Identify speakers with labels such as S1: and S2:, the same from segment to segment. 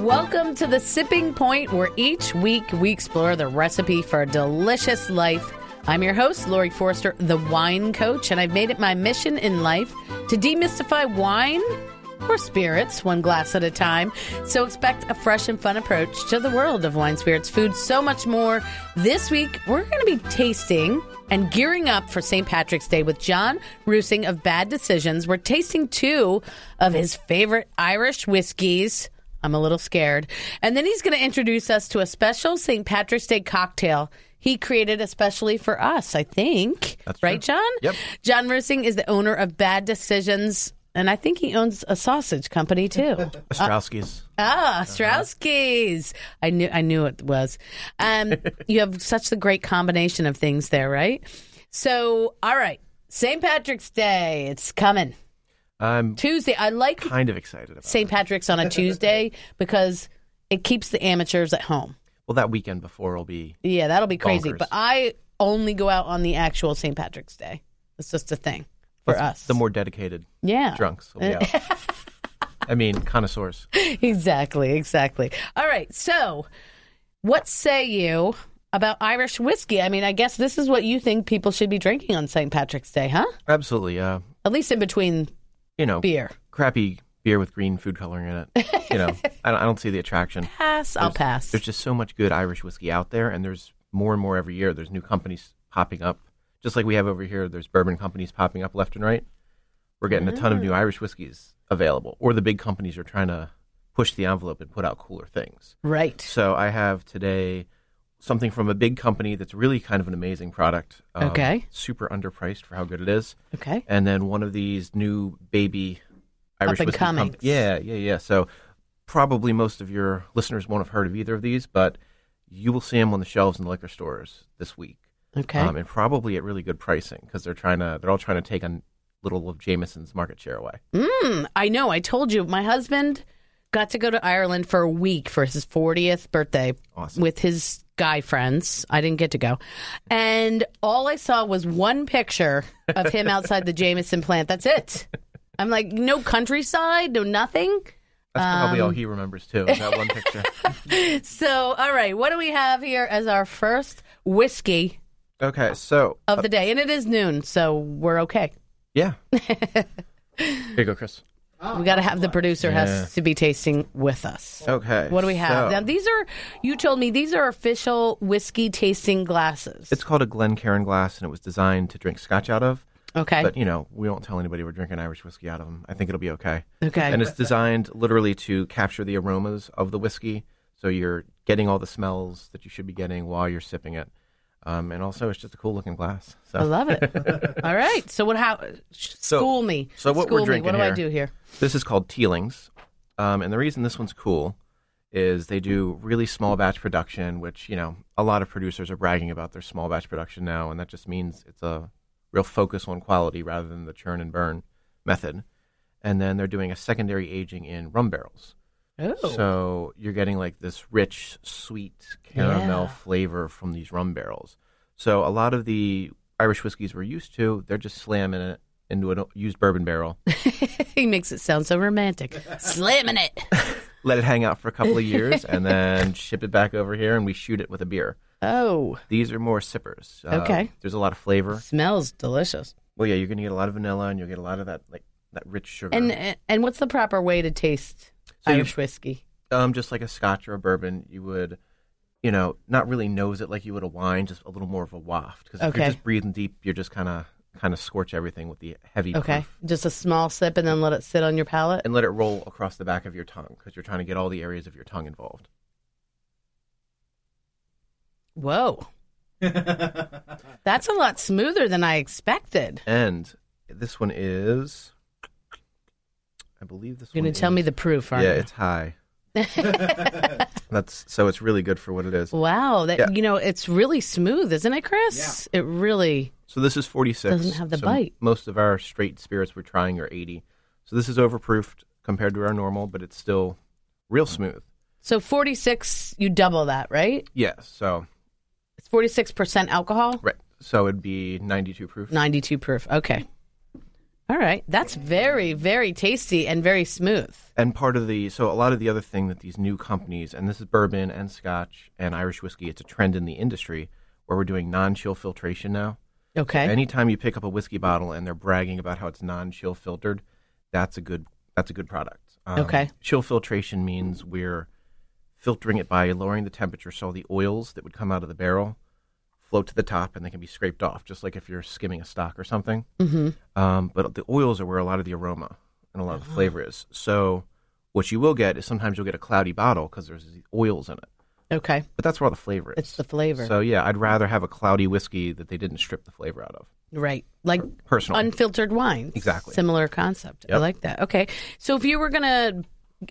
S1: Welcome to the Sipping Point, where each week we explore the recipe for a delicious life. I'm your host, Lori Forrester, the wine coach, and I've made it my mission in life to demystify wine or spirits one glass at a time. So expect a fresh and fun approach to the world of wine, spirits, food, so much more. This week, we're going to be tasting and gearing up for St. Patrick's Day with John Roosing of Bad Decisions. We're tasting two of his favorite Irish whiskeys. I'm a little scared. And then he's going to introduce us to a special St. Patrick's Day cocktail he created especially for us, I think.
S2: That's
S1: right,
S2: true.
S1: John?
S2: Yep.
S1: John Roosing is the owner of Bad Decisions. And I think he owns a sausage company too.
S2: Ostrowski's. Uh-huh.
S1: Ah, Strauskis. I knew I knew it was. Um, you have such a great combination of things there, right? So, all right, St. Patrick's Day, it's coming
S2: I'm
S1: Tuesday. I like
S2: kind of excited about.
S1: St. Patrick's on a Tuesday because it keeps the amateurs at home.
S2: Well, that weekend before will be.
S1: Yeah, that'll be crazy.
S2: Bonkers.
S1: But I only go out on the actual St. Patrick's Day. It's just a thing for us.
S2: The more dedicated
S1: yeah,
S2: drunks will be out. I mean, connoisseurs.
S1: exactly, exactly. All right, so what say you about Irish whiskey? I mean, I guess this is what you think people should be drinking on St. Patrick's Day, huh?
S2: Absolutely. Uh,
S1: At least in between
S2: you know,
S1: beer.
S2: crappy beer with green food coloring in it. You know, I, don't, I don't see the attraction.
S1: Pass. I'll pass.
S2: There's just so much good Irish whiskey out there, and there's more and more every year. There's new companies popping up, just like we have over here. There's bourbon companies popping up left and right. We're getting a ton of new Irish whiskeys available, or the big companies are trying to push the envelope and put out cooler things.
S1: Right.
S2: So I have today something from a big company that's really kind of an amazing product. um,
S1: Okay.
S2: Super underpriced for how good it is.
S1: Okay.
S2: And then one of these new baby Irish
S1: and
S2: whiskey com-
S1: comings.
S2: yeah, yeah, yeah. So probably most of your listeners won't have heard of either of these, but you will see them on the shelves in liquor stores this week.
S1: Okay.
S2: Um, and probably at really good pricing because they're trying to they're all trying to take a little of Jameson's market share away.
S1: Mm, I know. I told you, my husband got to go to Ireland for a week for his 40th birthday
S2: Awesome.
S1: with his guy friends. I didn't get to go. And all I saw was one picture of him outside the Jameson plant. That's it. I'm like, no countryside, no nothing.
S2: That's probably
S1: Um,
S2: all he remembers too. is That one picture.
S1: So, all right, what do we have here as our first whiskey
S2: Okay, so
S1: of the day? And it is noon, so we're okay.
S2: yeah. Here you go, Chris.
S1: we got to have the producer has to be tasting with us.
S2: Okay.
S1: What do we have?
S2: so-
S1: Now these are you told me these are official whiskey tasting glasses.
S2: It's called a Glencairn glass, and it was designed to drink scotch out of.
S1: okay.
S2: But you know, we won't tell anybody we're drinking Irish whiskey out of them. I think it'll be okay.
S1: Okay.
S2: And it's designed literally to capture the aromas of the whiskey, so you're getting all the smells that you should be getting while you're sipping it. Um, and also, it's just a cool looking glass.
S1: I
S2: So
S1: love it. All right. So what how school me.
S2: so what
S1: school me.
S2: we're
S1: What
S2: drinking
S1: do I
S2: here-
S1: do here?
S2: this is called Teelings, um, and the reason this one's cool is they do really small batch production, which you know a lot of producers are bragging about their small batch production now, and that just means it's a real focus on quality rather than the churn and burn method. And then they're doing a secondary aging in rum barrels,
S1: Oh.
S2: so you're getting like this rich, sweet caramel
S1: Yeah.
S2: flavor from these rum barrels. So a lot of the Irish whiskeys we're used to, they're just slamming it into a used bourbon barrel
S1: he makes it sound so romantic. Slamming it.
S2: let it hang out for a couple of years and then ship it back over here and we shoot it with a beer.
S1: Oh,
S2: These are more sippers. Uh,
S1: Okay.
S2: There's a lot of flavor.
S1: smells delicious.
S2: Well, yeah, you're going to get a lot of vanilla and you'll get a lot of that like that rich sugar.
S1: And and what's the proper way to taste
S2: So you-
S1: Irish whiskey?
S2: um, just like a scotch or a bourbon, you would, you know, not really nose it like you would a wine, just a little more of a waft. Because if
S1: Okay.
S2: you're just breathing deep, you're just kind of kind of scorch everything with the heavy
S1: Okay.
S2: proof.
S1: Just a small sip and then let it sit on your palate.
S2: And let it roll across the back of your tongue because you're trying to get all the areas of your tongue involved.
S1: Whoa. That's a lot smoother than I expected.
S2: And this one is, I believe this
S1: You're
S2: one
S1: going to tell
S2: is-
S1: me the proof, aren't
S2: yeah,
S1: you?
S2: it's high. That's so it's really good for what it is.
S1: Wow, that
S2: Yeah.
S1: you know, it's really smooth, isn't it, Chris? It really.
S2: So this is 46.
S1: Doesn't have the
S2: So
S1: bite.
S2: Most of our straight spirits we're trying are 80. So this is overproofed compared to our normal, but it's still real smooth.
S1: So forty six, you double that, right?
S2: Yeah. So
S1: It's forty six percent alcohol,
S2: right. So it'd be 92 proof.
S1: ninety two proof. Okay. All right. That's very, very tasty and very smooth.
S2: And part of the so a lot of the other thing that these new companies and this is bourbon and Scotch and Irish whiskey. It's a trend in the industry where we're doing non-chill filtration now.
S1: Okay.
S2: Anytime you pick up a whiskey bottle and they're bragging about how it's non-chill filtered, that's a good that's a good product. Um,
S1: Okay.
S2: Chill filtration means we're filtering it by lowering the temperature so the oils that would come out of the barrel float to the top and they can be scraped off, just like if you're skimming a stock or something. Mm-hmm. Um, but the oils are where a lot of the aroma and a lot of
S1: Uh-huh.
S2: the flavor is. So what you will get is sometimes you'll get a cloudy bottle because there's the oils in it,
S1: Okay.
S2: but that's where all the flavor is.
S1: It's the flavor.
S2: So yeah, I'd rather have a cloudy whiskey that they didn't strip the flavor out of.
S1: right. Like
S2: Personally,
S1: unfiltered wine.
S2: Exactly.
S1: Similar concept. I
S2: Yep.
S1: like that. Okay. So if you were going to,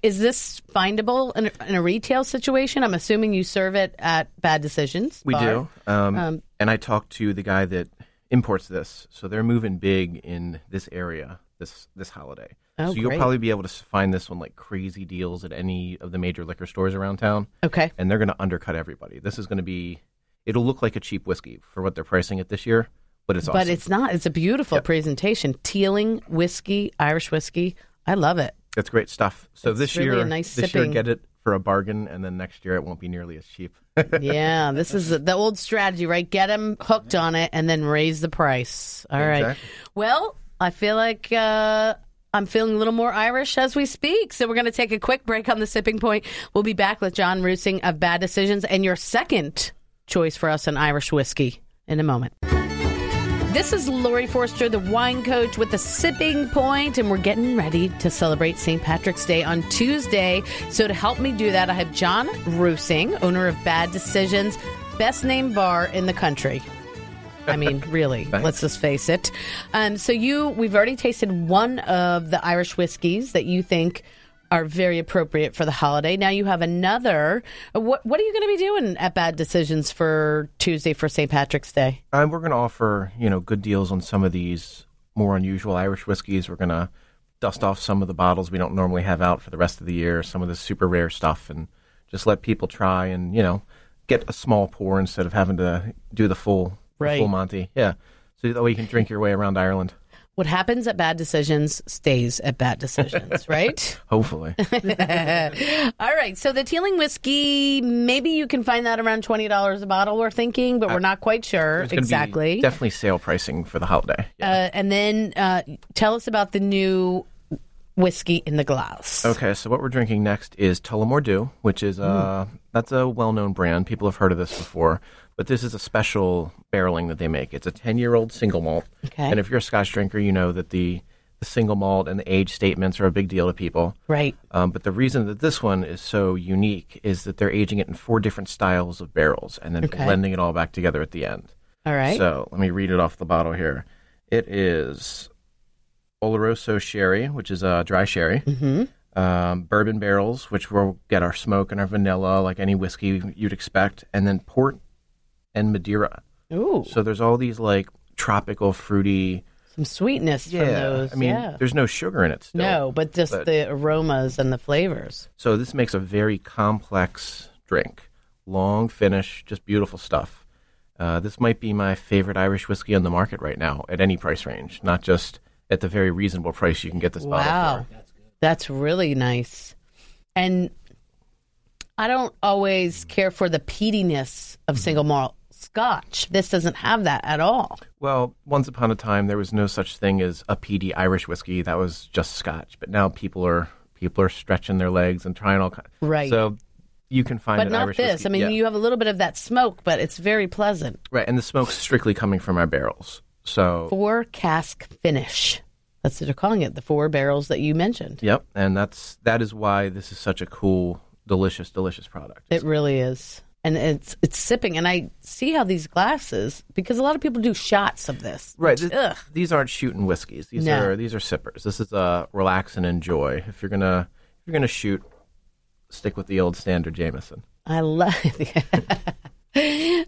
S1: is this findable in a, in a retail situation? I'm assuming you serve it at Bad Decisions.
S2: we
S1: Bar.
S2: do. Um,
S1: Um,
S2: and I talked to the guy that imports this, so they're moving big in this area this this holiday.
S1: Oh,
S2: so you'll
S1: great.
S2: probably be able to s- find this one like crazy deals at any of the major liquor stores around town,
S1: Okay.
S2: and they're going to undercut everybody. This is going to be. It'll look like a cheap whiskey for what they're pricing it this year, but it's awesome.
S1: But it's not. It's a beautiful presentation. Teeling whiskey, Irish whiskey. I love it.
S2: It's great stuff. So
S1: It's
S2: this
S1: really a
S2: year,
S1: nice
S2: this
S1: sipping-
S2: year get it for a bargain, and then next year it won't be nearly as cheap.
S1: yeah, this is the old strategy, right? Get them hooked on it and then raise the price. All right.
S2: Exactly.
S1: Well, I feel like uh, I'm feeling a little more Irish as we speak. So we're going to take a quick break on the sipping point. We'll be back with John Roosing of Bad Decisions and your second choice for us in Irish whiskey in a moment. This is Lori Forster, the wine coach with the sipping point, and we're getting ready to celebrate St. Patrick's Day on Tuesday. So, to help me do that, I have John Roosing, owner of Bad Decisions, best named bar in the country. I mean, really, let's just face it. Um, so, you, we've already tasted one of the Irish whiskeys that you think are very appropriate for the holiday. Now you have another. What, what are you going to be doing at Bad Decisions for Tuesday for St. Patrick's Day?
S2: Um, we're going to offer you know good deals on some of these more unusual Irish whiskeys. We're going to dust off some of the bottles we don't normally have out for the rest of the year. Some of the super rare stuff, and just let people try and you know get a small pour instead of having to do the full the
S1: Right.
S2: full Monty. Yeah, so that way you can drink your way around Ireland.
S1: what happens at bad decisions stays at bad decisions, right?
S2: Hopefully,
S1: All right. So the Teeling whiskey, maybe you can find that around twenty dollars a bottle. We're thinking, but we're not quite sure
S2: There's Uh, gonna be
S1: exactly.
S2: definitely sale pricing for the holiday. Yeah.
S1: uh, and then uh, tell us about the new whiskey in the glass.
S2: Okay, so what we're drinking next is Tullamore Dew, which is uh that's a well-known brand. People have heard of this before, but this is a special barreling that they make. It's a 10-year-old single malt.
S1: Okay.
S2: And if you're a Scotch drinker, you know that the the single malt and the age statements are a big deal to people.
S1: Right.
S2: Um, but the reason that this one is so unique is that they're aging it in four different styles of barrels and then
S1: Okay.
S2: blending it all back together at the end.
S1: All right.
S2: So let me read it off the bottle here. It is Oloroso sherry, which is uh, dry sherry. Mm-hmm. Um, bourbon barrels, which will get our smoke and our vanilla, like any whiskey you'd expect, and then port and Madeira.
S1: Ooh,
S2: So there's all these like tropical, fruity.
S1: some sweetness from those.
S2: I mean,
S1: yeah.
S2: there's no sugar in it. Still.
S1: No, but just
S2: but-
S1: the aromas and the flavors.
S2: So this makes a very complex drink. Long finish, just beautiful stuff. Uh, this might be my favorite Irish whiskey on the market right now at any price range, not just at the very reasonable price you can get this bottle
S1: Wow.
S2: for.
S1: That's really nice. And I don't always care for the peatiness
S2: Mm-hmm.
S1: of single malt scotch. This doesn't have that at all.
S2: Well, once upon a time there was no such thing as a PD Irish whiskey. That was just Scotch. But now people are people are stretching their legs and trying all kinds.
S1: Right.
S2: So you can find
S1: But
S2: an
S1: not
S2: Irish
S1: this.
S2: whiskey-
S1: I mean,
S2: yeah.
S1: you have a little bit of that smoke, but it's very pleasant.
S2: right, and the smoke's strictly coming from our barrels. So
S1: Four cask finish. That's what they're calling it, the four barrels that you mentioned.
S2: Yep, and that's that is why this is such a cool, delicious, delicious product.
S1: It really is. And it's it's sipping, and I see how these glasses because a lot of people do shots of this.
S2: right, this-
S1: ugh.
S2: these aren't shooting whiskeys. These
S1: No.
S2: are these are sippers. This is uh, relax and enjoy. If you're gonna if you're gonna shoot, stick with the old standard Jameson.
S1: I love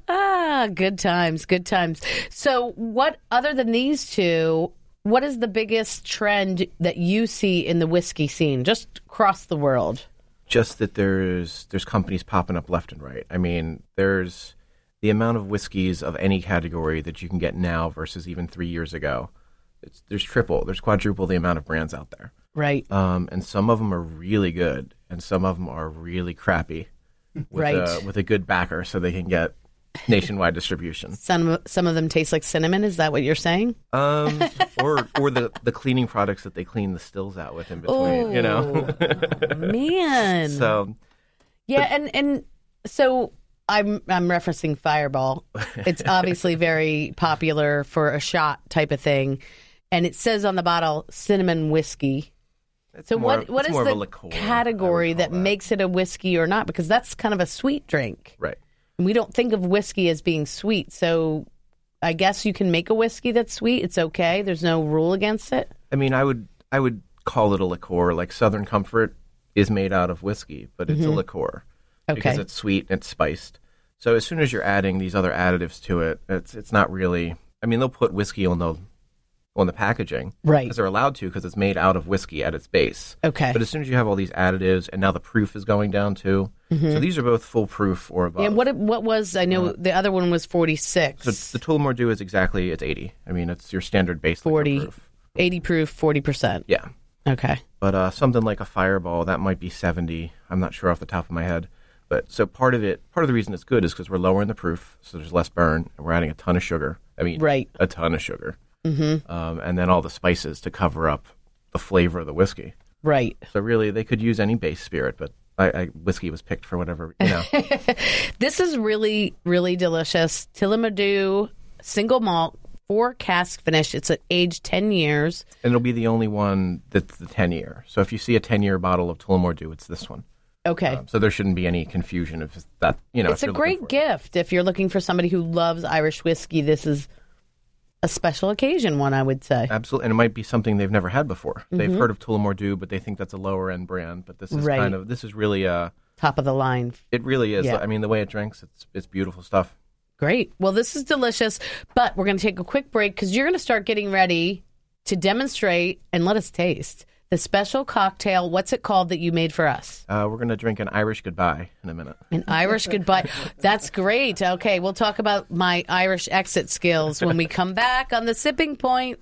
S1: ah, good times, good times. So, what other than these two, what is the biggest trend that you see in the whiskey scene, just across the world?
S2: Just that there's there's companies popping up left and right. I mean, there's the amount of whiskeys of any category that you can get now versus even three years ago. it's, there's triple, there's quadruple the amount of brands out there.
S1: Right.
S2: Um, and some of them are really good, and some of them are really crappy. With
S1: Right.
S2: A, with a good backer, so they can get nationwide distribution.
S1: Some some of them taste like cinnamon. Is that what you're saying?
S2: Um, or or the the cleaning products that they clean the stills out with in between. You know.
S1: Oh, man.
S2: so
S1: yeah, and and so I'm I'm referencing Fireball. It's obviously very popular for a shot type of thing, and it says on the bottle cinnamon whiskey.
S2: it's
S1: So
S2: more,
S1: what what
S2: it's
S1: is
S2: more
S1: the
S2: of a liqueur, I would
S1: category
S2: call
S1: that, makes it a whiskey or not? Because that's kind of a sweet drink.
S2: right?
S1: And we don't think of whiskey as being sweet, so I guess you can make a whiskey that's sweet. It's okay. There's no rule against it.
S2: I mean, I would I would call it a liqueur. Like Southern Comfort is made out of whiskey, but it's
S1: Mm-hmm.
S2: a liqueur because
S1: Okay.
S2: it's sweet and it's spiced. So as soon as you're adding these other additives to it, it's it's not really. I mean, they'll put whiskey on the on the packaging
S1: Right.
S2: because they're allowed to because it's made out of whiskey at its base.
S1: Okay.
S2: But as soon as you have all these additives, and now the proof is going down too. So these are both full proof or above.
S1: Mm-hmm. And what what was I know the other one was 46.
S2: So the Tullamore Dew is exactly it's eighty. I mean, it's your standard base liquor
S1: 40
S2: proof.
S1: 80 proof, 40%.
S2: Yeah.
S1: Okay.
S2: but uh, something like a fireball that might be 70 i'm not sure off the top of my head but so part of it part of the reason it's good is because we're lowering the proof so there's less burn and we're adding a ton of sugar i mean
S1: Right.
S2: a ton of sugar mm-hmm. um, and then all the spices to cover up the flavor of the whiskey
S1: Right.
S2: so really they could use any base spirit but I, I, whiskey was picked for whatever you know
S1: This is really really delicious. Tillamadoo single malt, four cask finish. It's at age 10 years.
S2: and it'll be the only one that's the 10 year so if you see a 10 year bottle of tullamore dew it's this one
S1: Okay.
S2: um, so there shouldn't be any confusion if that you know
S1: it's
S2: if
S1: a
S2: you're looking
S1: great
S2: for it.
S1: gift if you're looking for somebody who loves Irish whiskey. This is a special occasion one, I would say.
S2: Absolutely, and it might be something they've never had before. They've heard of Tullamore Dew, but they think that's a lower end brand. But this is
S1: Mm-hmm. Right.
S2: kind of this is really uh
S1: Top of the line
S2: it really is.
S1: Yeah.
S2: I mean, the way it drinks, it's it's beautiful stuff.
S1: Great. Well, this is delicious, but we're going to take a quick break because you're going to start getting ready to demonstrate and let us taste the special cocktail. What's it called that you made for us?
S2: Uh, we're gonna drink an Irish goodbye in a minute.
S1: An Irish goodbye. That's great. Okay, we'll talk about my Irish exit skills when we come back on the sipping point.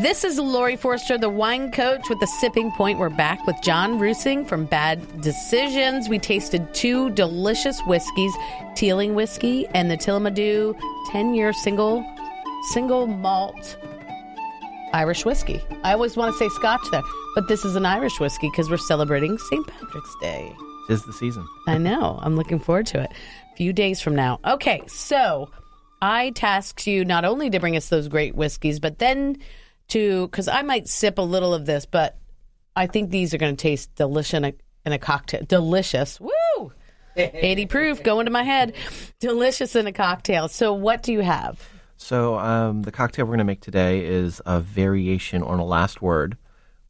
S1: This is Lori Forster, the wine coach with the Sipping Point. We're back with John Rusing from Bad Decisions. We tasted two delicious whiskeys, Teeling Whiskey and the Tillamadoo 10 year single single malt Irish whiskey. I always want to say scotch there, but this is an Irish whiskey because we're celebrating St. Patrick's Day.
S2: Tis the season.
S1: I know. I'm looking forward to it. A few days from now. Okay, so I tasked you not only to bring us those great whiskeys, but then to because I might sip a little of this, but I think these are going to taste delicious in a, in a cocktail. Delicious. Woo! 80 proof going to my head. Delicious in a cocktail. So what do you have?
S2: So um, the cocktail we're gonna make today is a variation on a last word,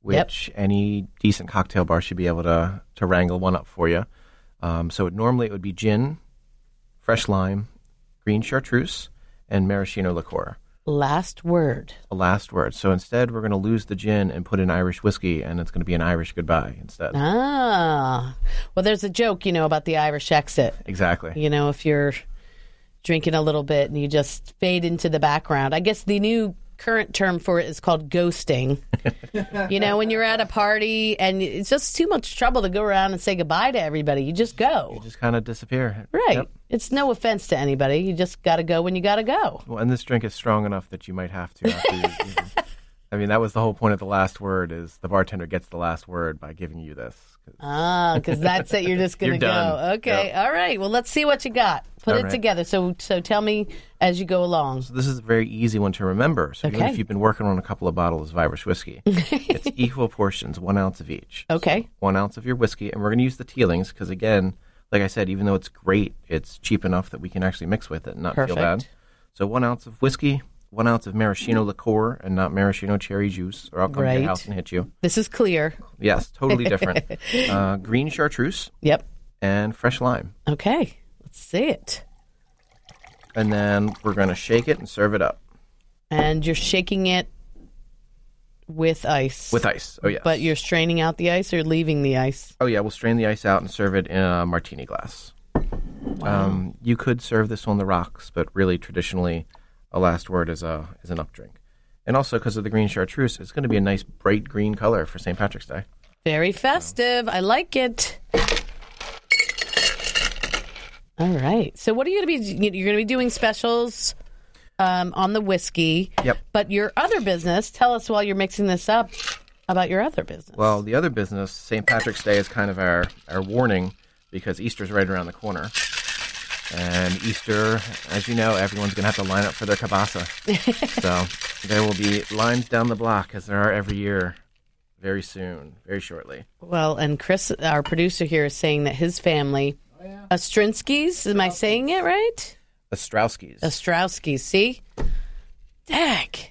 S2: which any decent cocktail bar should be able to to wrangle one up for you. Um, so it, normally it would be gin, fresh lime, green chartreuse, and maraschino liqueur.
S1: Last word.
S2: a last word. So instead, we're going to lose the gin and put in Irish whiskey, and it's going to be an Irish goodbye instead.
S1: Ah. Well, there's a joke, you know, about the Irish exit.
S2: Exactly.
S1: you know, if you're drinking a little bit and you just fade into the background. I guess the new current term for it is called ghosting. you know, when you're at a party and it's just too much trouble to go around and say goodbye to everybody, you just go.
S2: Just kind of disappear.
S1: Right.
S2: Yep.
S1: It's no offense to anybody. You just got to go when you got to go.
S2: Well, and this drink is strong enough that you might have to. After you, you know. I mean, that was the whole point of the last word is the bartender gets the last word by giving you this.
S1: Ah, because that's it. You're just going to
S2: You're
S1: go.
S2: done.
S1: Okay. All right. Well, let's see what you got. Put
S2: All
S1: it
S2: right.
S1: together. So, so tell me as you go along.
S2: So this is a very easy one to remember. So even
S1: Okay.
S2: if you've been working on a couple of bottles of Irish whiskey, it's equal portions, one ounce of each.
S1: Okay.
S2: one ounce of your whiskey, and we're going to use the tealings because, again, like I said, even though it's great, it's cheap enough that we can actually mix with it and not
S1: Perfect.
S2: feel bad. So, one ounce of whiskey, one ounce of maraschino liqueur, and not maraschino cherry juice, or I'll come to
S1: Right.
S2: your house and hit you.
S1: This is clear.
S2: Yes, totally different. uh, green chartreuse
S1: Yep.
S2: and fresh lime,
S1: Okay. Let's see it.
S2: and then we're going to shake it and serve it up
S1: and you're shaking it with ice.
S2: with ice. Oh yeah,
S1: But you're straining out the ice or leaving the ice.
S2: oh yeah, we'll strain the ice out and serve it in a martini glass. Um, you could serve this on the rocks, but really, traditionally, a last word uh, is a is an up drink. And also because of the green chartreuse, it's going to be a nice bright green color for St. Patrick's Day.
S1: Very festive. I like it. All right. So, what are you going to be? You're going to be doing specials um, on the whiskey.
S2: Yep.
S1: But your other business. Tell us while you're mixing this up about your other business.
S2: Well, the other business, St. Patrick's Day is kind of our, our warning because Easter's right around the corner. And Easter, as you know, everyone's going to have to line up for their kielbasa. so there will be lines down the block as there are every year very soon, very shortly.
S1: Well, and Chris, our producer here, is saying that his family, Ostrinskys, am I saying it right?
S2: Ostrowski's.
S1: Ostrowski, see? Dag.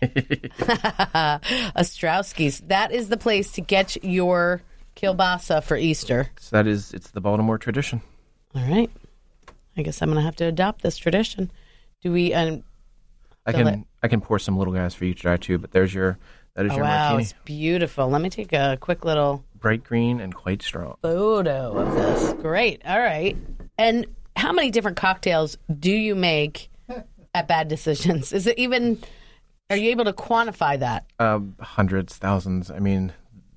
S1: Ostrowski's. That is the place to get your kielbasa for Easter.
S2: so that is, it's the Baltimore tradition.
S1: All right. I guess I'm going to have to adopt this tradition. Do we? Um,
S2: I
S1: Fill
S2: can I can pour some little guys for you to try too, but there's your that is
S1: oh,
S2: your
S1: wow,
S2: martini.
S1: it's beautiful. Let me take a quick little
S2: Bright green and quite strong.
S1: photo of this. Great. All right. And how many different cocktails do you make at Bad Decisions? Is it even? Are you able to quantify that?
S2: Um, hundreds, thousands. I mean,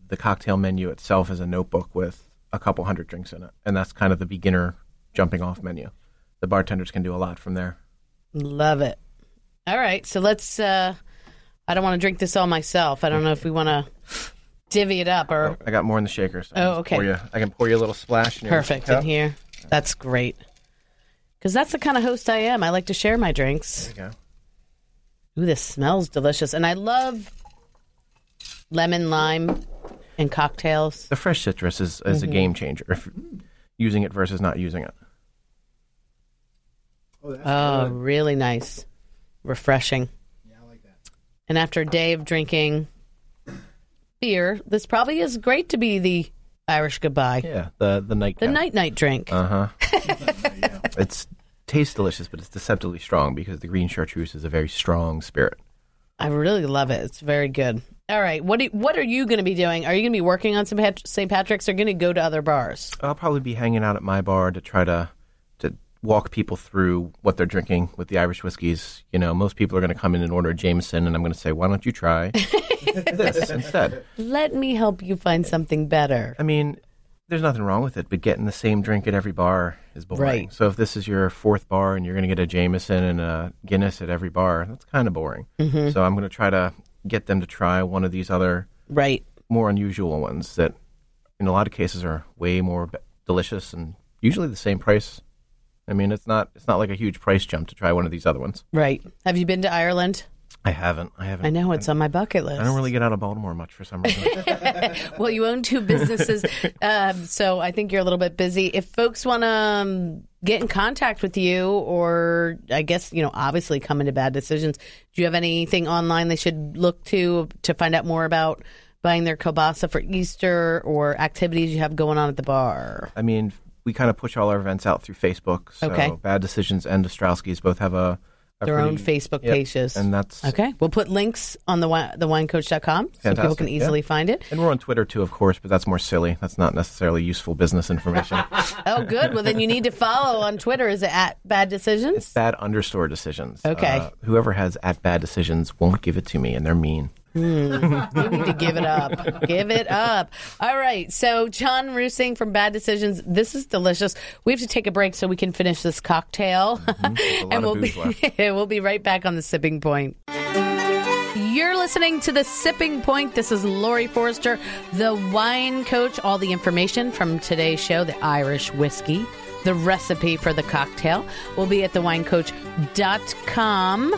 S2: the cocktail menu itself is a notebook with a couple hundred drinks in it, and that's kind of the beginner jumping off menu. The bartenders can do a lot from there.
S1: Love it. All right, so let's. Uh, I don't want to drink this all myself. I don't know if we want to divvy it up or
S2: I got more in the shaker. So I can
S1: Oh, okay.
S2: Pour you, I can pour you a little splash. In your
S1: perfect
S2: cup.
S1: in here. That's great. Because that's the kind of host I am. I like to share my drinks.
S2: There you go.
S1: Ooh, this smells delicious, and I love lemon lime and cocktails.
S2: The fresh citrus is, is
S1: Mm-hmm.
S2: a game changer. If using it versus not using it.
S1: Oh, really nice, refreshing. Yeah, I like that. And after a day of drinking beer, this probably is great to be the Irish goodbye.
S2: Yeah. The the night.
S1: The night night drink.
S2: Uh huh. it's tastes delicious, but it's deceptively strong because the green chartreuse is a very strong spirit.
S1: I really love it. It's very good. All right, what do, what are you going to be doing? Are you going to be working on St. Pat- St. Patrick's or going to go to other bars?
S2: I'll probably be hanging out at my bar to try to to walk people through what they're drinking with the Irish whiskeys. You know, most people are going to come in and order a Jameson, and I'm going to say, "Why don't you try this instead?"
S1: Let me help you find something better.
S2: I mean, there's nothing wrong with it, but getting the same drink at every bar is boring.
S1: Right.
S2: So if this is your fourth bar and you're going to get a Jameson and a Guinness at every bar, that's kind of boring.
S1: Mm-hmm.
S2: So I'm going to try to get them to try one of these other
S1: Right.
S2: more unusual ones that, in a lot of cases, are way more be- delicious and usually the same price. I mean, it's not it's not like a huge price jump to try one of these other ones.
S1: Right. Have you been to Ireland?
S2: I haven't. I haven't.
S1: I know it's on my bucket list.
S2: I don't really get out of Baltimore much for some reason.
S1: Well, you own two businesses, um, so I think you're a little bit busy. If folks want to um, get in contact with you, or I guess you know, obviously come into bad decisions. Do you have anything online they should look to to find out more about buying their kielbasa for Easter or activities you have going on at the bar?
S2: I mean, we kind of push all our events out through Facebook. So
S1: Okay.
S2: Bad Decisions and Ostrowski's both have a, a
S1: Their own
S2: pretty-
S1: Facebook
S2: Yep.
S1: pages.
S2: and that's
S1: okay, we'll put links on the wi- thewinecoach.com so people
S2: Fantastic,
S1: can
S2: yeah.
S1: easily find it.
S2: and we're on Twitter too, of course, but that's more silly. That's not necessarily useful business information.
S1: Oh, good. Well, then you need to follow on Twitter. Is it at Bad Decisions?
S2: bad underscore decisions.
S1: Okay.
S2: Uh, whoever has at bad decisions won't give it to me, and they're mean.
S1: need to give it up. Give it up. All right. So, John Rusing from Bad Decisions, this is delicious. We have to take a break so we can finish this cocktail.
S2: Mm-hmm. a lot of
S1: we'll
S2: booze
S1: be, we'll be right back on the sipping point. You're listening to The Sipping Point. This is Lori Forrester, the wine coach. All the information from today's show, the Irish whiskey, the recipe for the cocktail, will be at thewinecoach.com.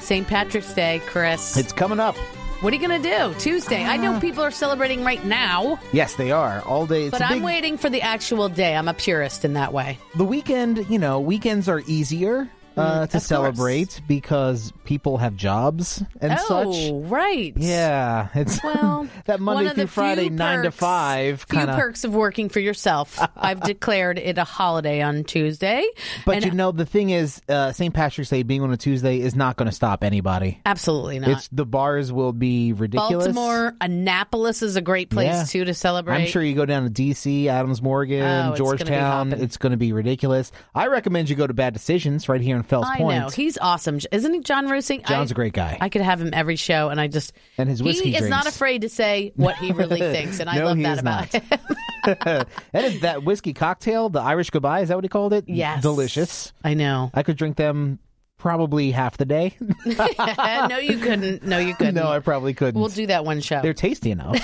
S1: St. Patrick's Day, Chris.
S3: It's coming up.
S1: What are you going to do Tuesday? I
S3: Ah.
S1: know people are celebrating right now,
S3: Yes, they are all day. It's
S1: but
S3: a
S1: I'm
S3: big-
S1: waiting for the actual day. I'm a purist in that way.
S3: The weekend, you know, weekends are easier uh, to
S1: Mm, of
S3: celebrate because people have jobs and such.
S1: oh, right.
S3: Yeah, it's
S1: Well,
S3: that
S1: one
S3: Monday
S1: of
S3: through
S1: the
S3: Friday,
S1: few
S3: nine to
S1: perks-
S3: five
S1: Few
S3: kind of.
S1: perks of working for yourself. I've declared it a holiday on Tuesday.
S3: But
S1: and
S3: you know, the thing is, uh, St. Patrick's Day being on a Tuesday is not going to stop anybody.
S1: absolutely not.
S3: It's the bars will be ridiculous.
S1: Baltimore, Annapolis is a great place
S3: Yeah.
S1: too to celebrate.
S3: I'm sure you go down to D.C., Adams Morgan,
S1: Oh, it's gonna be
S3: Georgetown.
S1: hopping.
S3: It's going to be ridiculous. I recommend you go to Bad Decisions right here in Fells
S1: I
S3: Point.
S1: know he's awesome, isn't he? John Rosing.
S3: John's
S1: a
S3: a great guy.
S1: I could have him every show, and I just
S3: And his whiskey
S1: he is not
S3: drinks.
S1: afraid to say what he really thinks, and I
S3: No,
S1: love
S3: he
S1: that
S3: is
S1: about
S3: not.
S1: him.
S3: that is that whiskey cocktail, the Irish goodbye. Is that what he called it?
S1: Yes,
S3: delicious.
S1: I know.
S3: I could drink them probably half the day.
S1: Uh, no, you couldn't. No, you couldn't.
S3: no, I probably couldn't.
S1: we'll do that one show.
S3: They're tasty enough,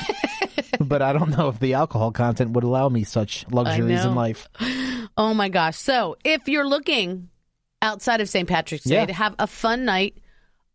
S3: but I don't know if the alcohol content would allow me such luxuries in
S1: know.
S3: life.
S1: Oh my gosh. So if you're looking outside of St. Patrick's Day
S3: Yeah.
S1: to have a fun night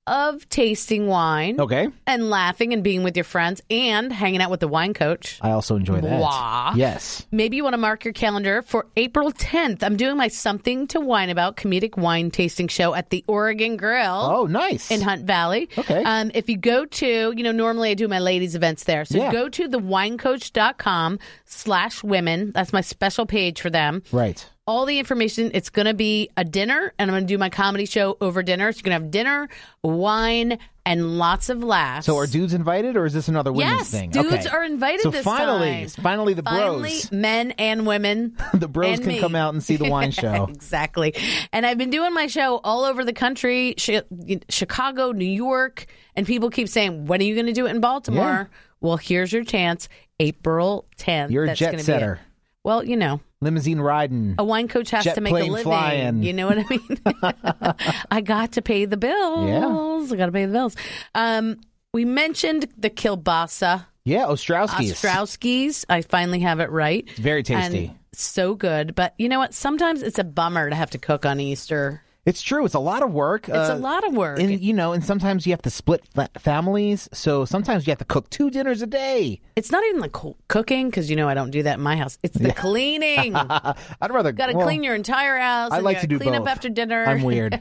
S1: of tasting wine
S3: Okay,
S1: and laughing and being with your friends and hanging out with the wine coach,
S3: I also enjoy that.
S1: Blah.
S3: Yes,
S1: maybe you want to mark your calendar for April 10th. I'm doing my Something to Wine About comedic wine tasting show at the Oregon Grill.
S3: Oh, nice.
S1: in Hunt Valley.
S3: Okay.
S1: Um, if you go to, you know, normally I do my ladies events there. So
S3: Yeah.
S1: go to thewinecoach.com slash women. That's my special page for them.
S3: right.
S1: All the information. It's going to be a dinner and I'm going to do my comedy show over dinner. So you're going to have dinner, wine, and lots of laughs.
S3: So are dudes invited, or is this another women's
S1: Yes,
S3: thing?
S1: dudes
S3: Okay.
S1: are invited
S3: So
S1: this
S3: finally,
S1: time.
S3: finally, the
S1: Finally,
S3: bros,
S1: men and women.
S3: the bros
S1: and
S3: can
S1: me.
S3: come out and see the wine show.
S1: Exactly. And I've been doing my show all over the country Chi- Chicago, New York, and people keep saying, when are you going to do it in Baltimore? Well, here's your chance April 10th.
S3: You're a
S1: That's
S3: jet
S1: gonna be
S3: setter.
S1: it. Well, you know,
S3: Limousine riding.
S1: a wine coach has
S3: Jet
S1: to make a
S3: plane
S1: living.
S3: flying.
S1: You know what I mean? I got to pay the bills. I got to pay the bills. Um, we mentioned the kielbasa
S3: Yeah, Ostrowski's.
S1: Ostrowski's. I finally have it right. It's
S3: very tasty.
S1: so good. But you know what? Sometimes it's a bummer to have to cook on Easter.
S3: It's true. It's a lot of work. uh,
S1: It's a lot of work.
S3: And you know, and sometimes you have to split fa- families, so sometimes you have to cook two dinners a day.
S1: it's not even the co- cooking because you know I don't do that in my house. It's the cleaning. Got
S3: I'd rather
S1: to
S3: well,
S1: clean your entire house.
S3: I
S1: and you
S3: like to
S1: gotta
S3: do
S1: clean
S3: both.
S1: up after dinner.
S3: I'm weird.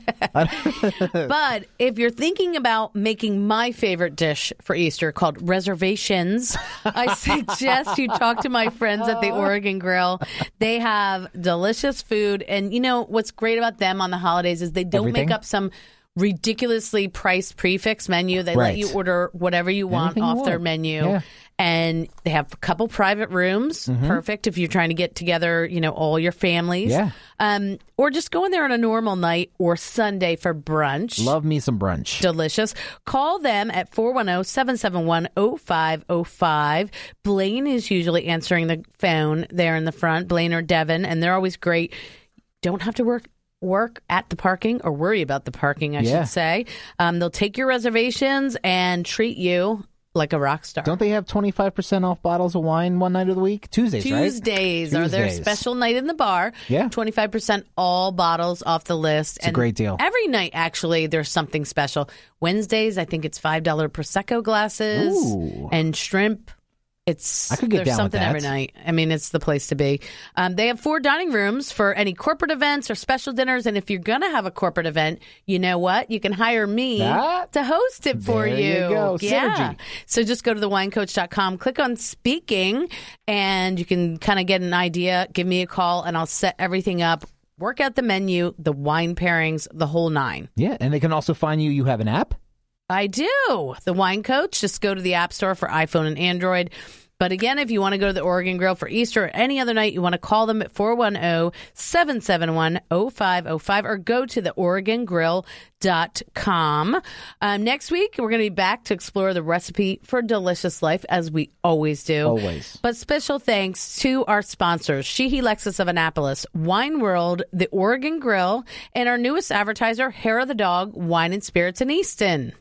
S1: but if you're thinking about making my favorite dish for Easter called reservations, I suggest you talk to my friends at the Oregon Grill. They have delicious food. And you know what's great about them on the holidays is they don't
S3: Everything?
S1: make up some ridiculously priced prefix menu. They let
S3: Right.
S1: you order whatever you want
S3: Anything you
S1: off their
S3: want.
S1: menu.
S3: Yeah. Mm-hmm.
S1: And they have a couple private rooms, perfect if you're trying to get together, you know, all your families.
S3: Yeah.
S1: Um, or just go in there on a normal night or Sunday for brunch
S3: Love me some brunch.
S1: delicious. Call them at 410 771 0505. Blaine is usually answering the phone there in the front, Blaine or Devin, and they're always great. Don't have to work. Work at the parking or worry about the parking, I
S3: Yeah.
S1: should say. Um, they'll take your reservations and treat you like a rock star.
S3: Don't they have twenty five percent off bottles of wine one night of the week? Tuesdays, right?
S1: Tuesdays are their
S3: Tuesdays.
S1: special night in the bar.
S3: Yeah.
S1: 25% all bottles off the list. It's
S3: a great deal.
S1: Every night, actually, there's something special. Wednesdays, I think it's $5 Prosecco glasses
S3: Ooh.
S1: and shrimp. It's
S3: I could get
S1: there's
S3: down with
S1: something
S3: that.
S1: every night. I mean, it's the place to be. Um, they have four dining rooms for any corporate events or special dinners. And if you're going to have a corporate event, you know what? You can hire me
S3: That-
S1: to host it for
S3: There you go.
S1: Yeah.
S3: Synergy.
S1: So just go to thewinecoach.com, click on speaking, and you can kind of get an idea. Give me a call, and I'll set everything up, work out the menu, the wine pairings, the whole nine.
S3: Yeah, and they can also find you. You have an app.
S1: I do. The Wine Coach. Just go to the App Store for iPhone and Android. But again, if you want to go to the Oregon Grill for Easter or any other night, you want to call them at 410 771 0505 or go to theoregongrill.com. Um, next week, we're going to be back to explore the recipe for delicious life as we always do.
S3: Always.
S1: But special thanks to our sponsors, Sheehy Lexus of Annapolis, Wine World, the Oregon Grill, and our newest advertiser, Hair of the Dog, Wine and Spirits in Easton.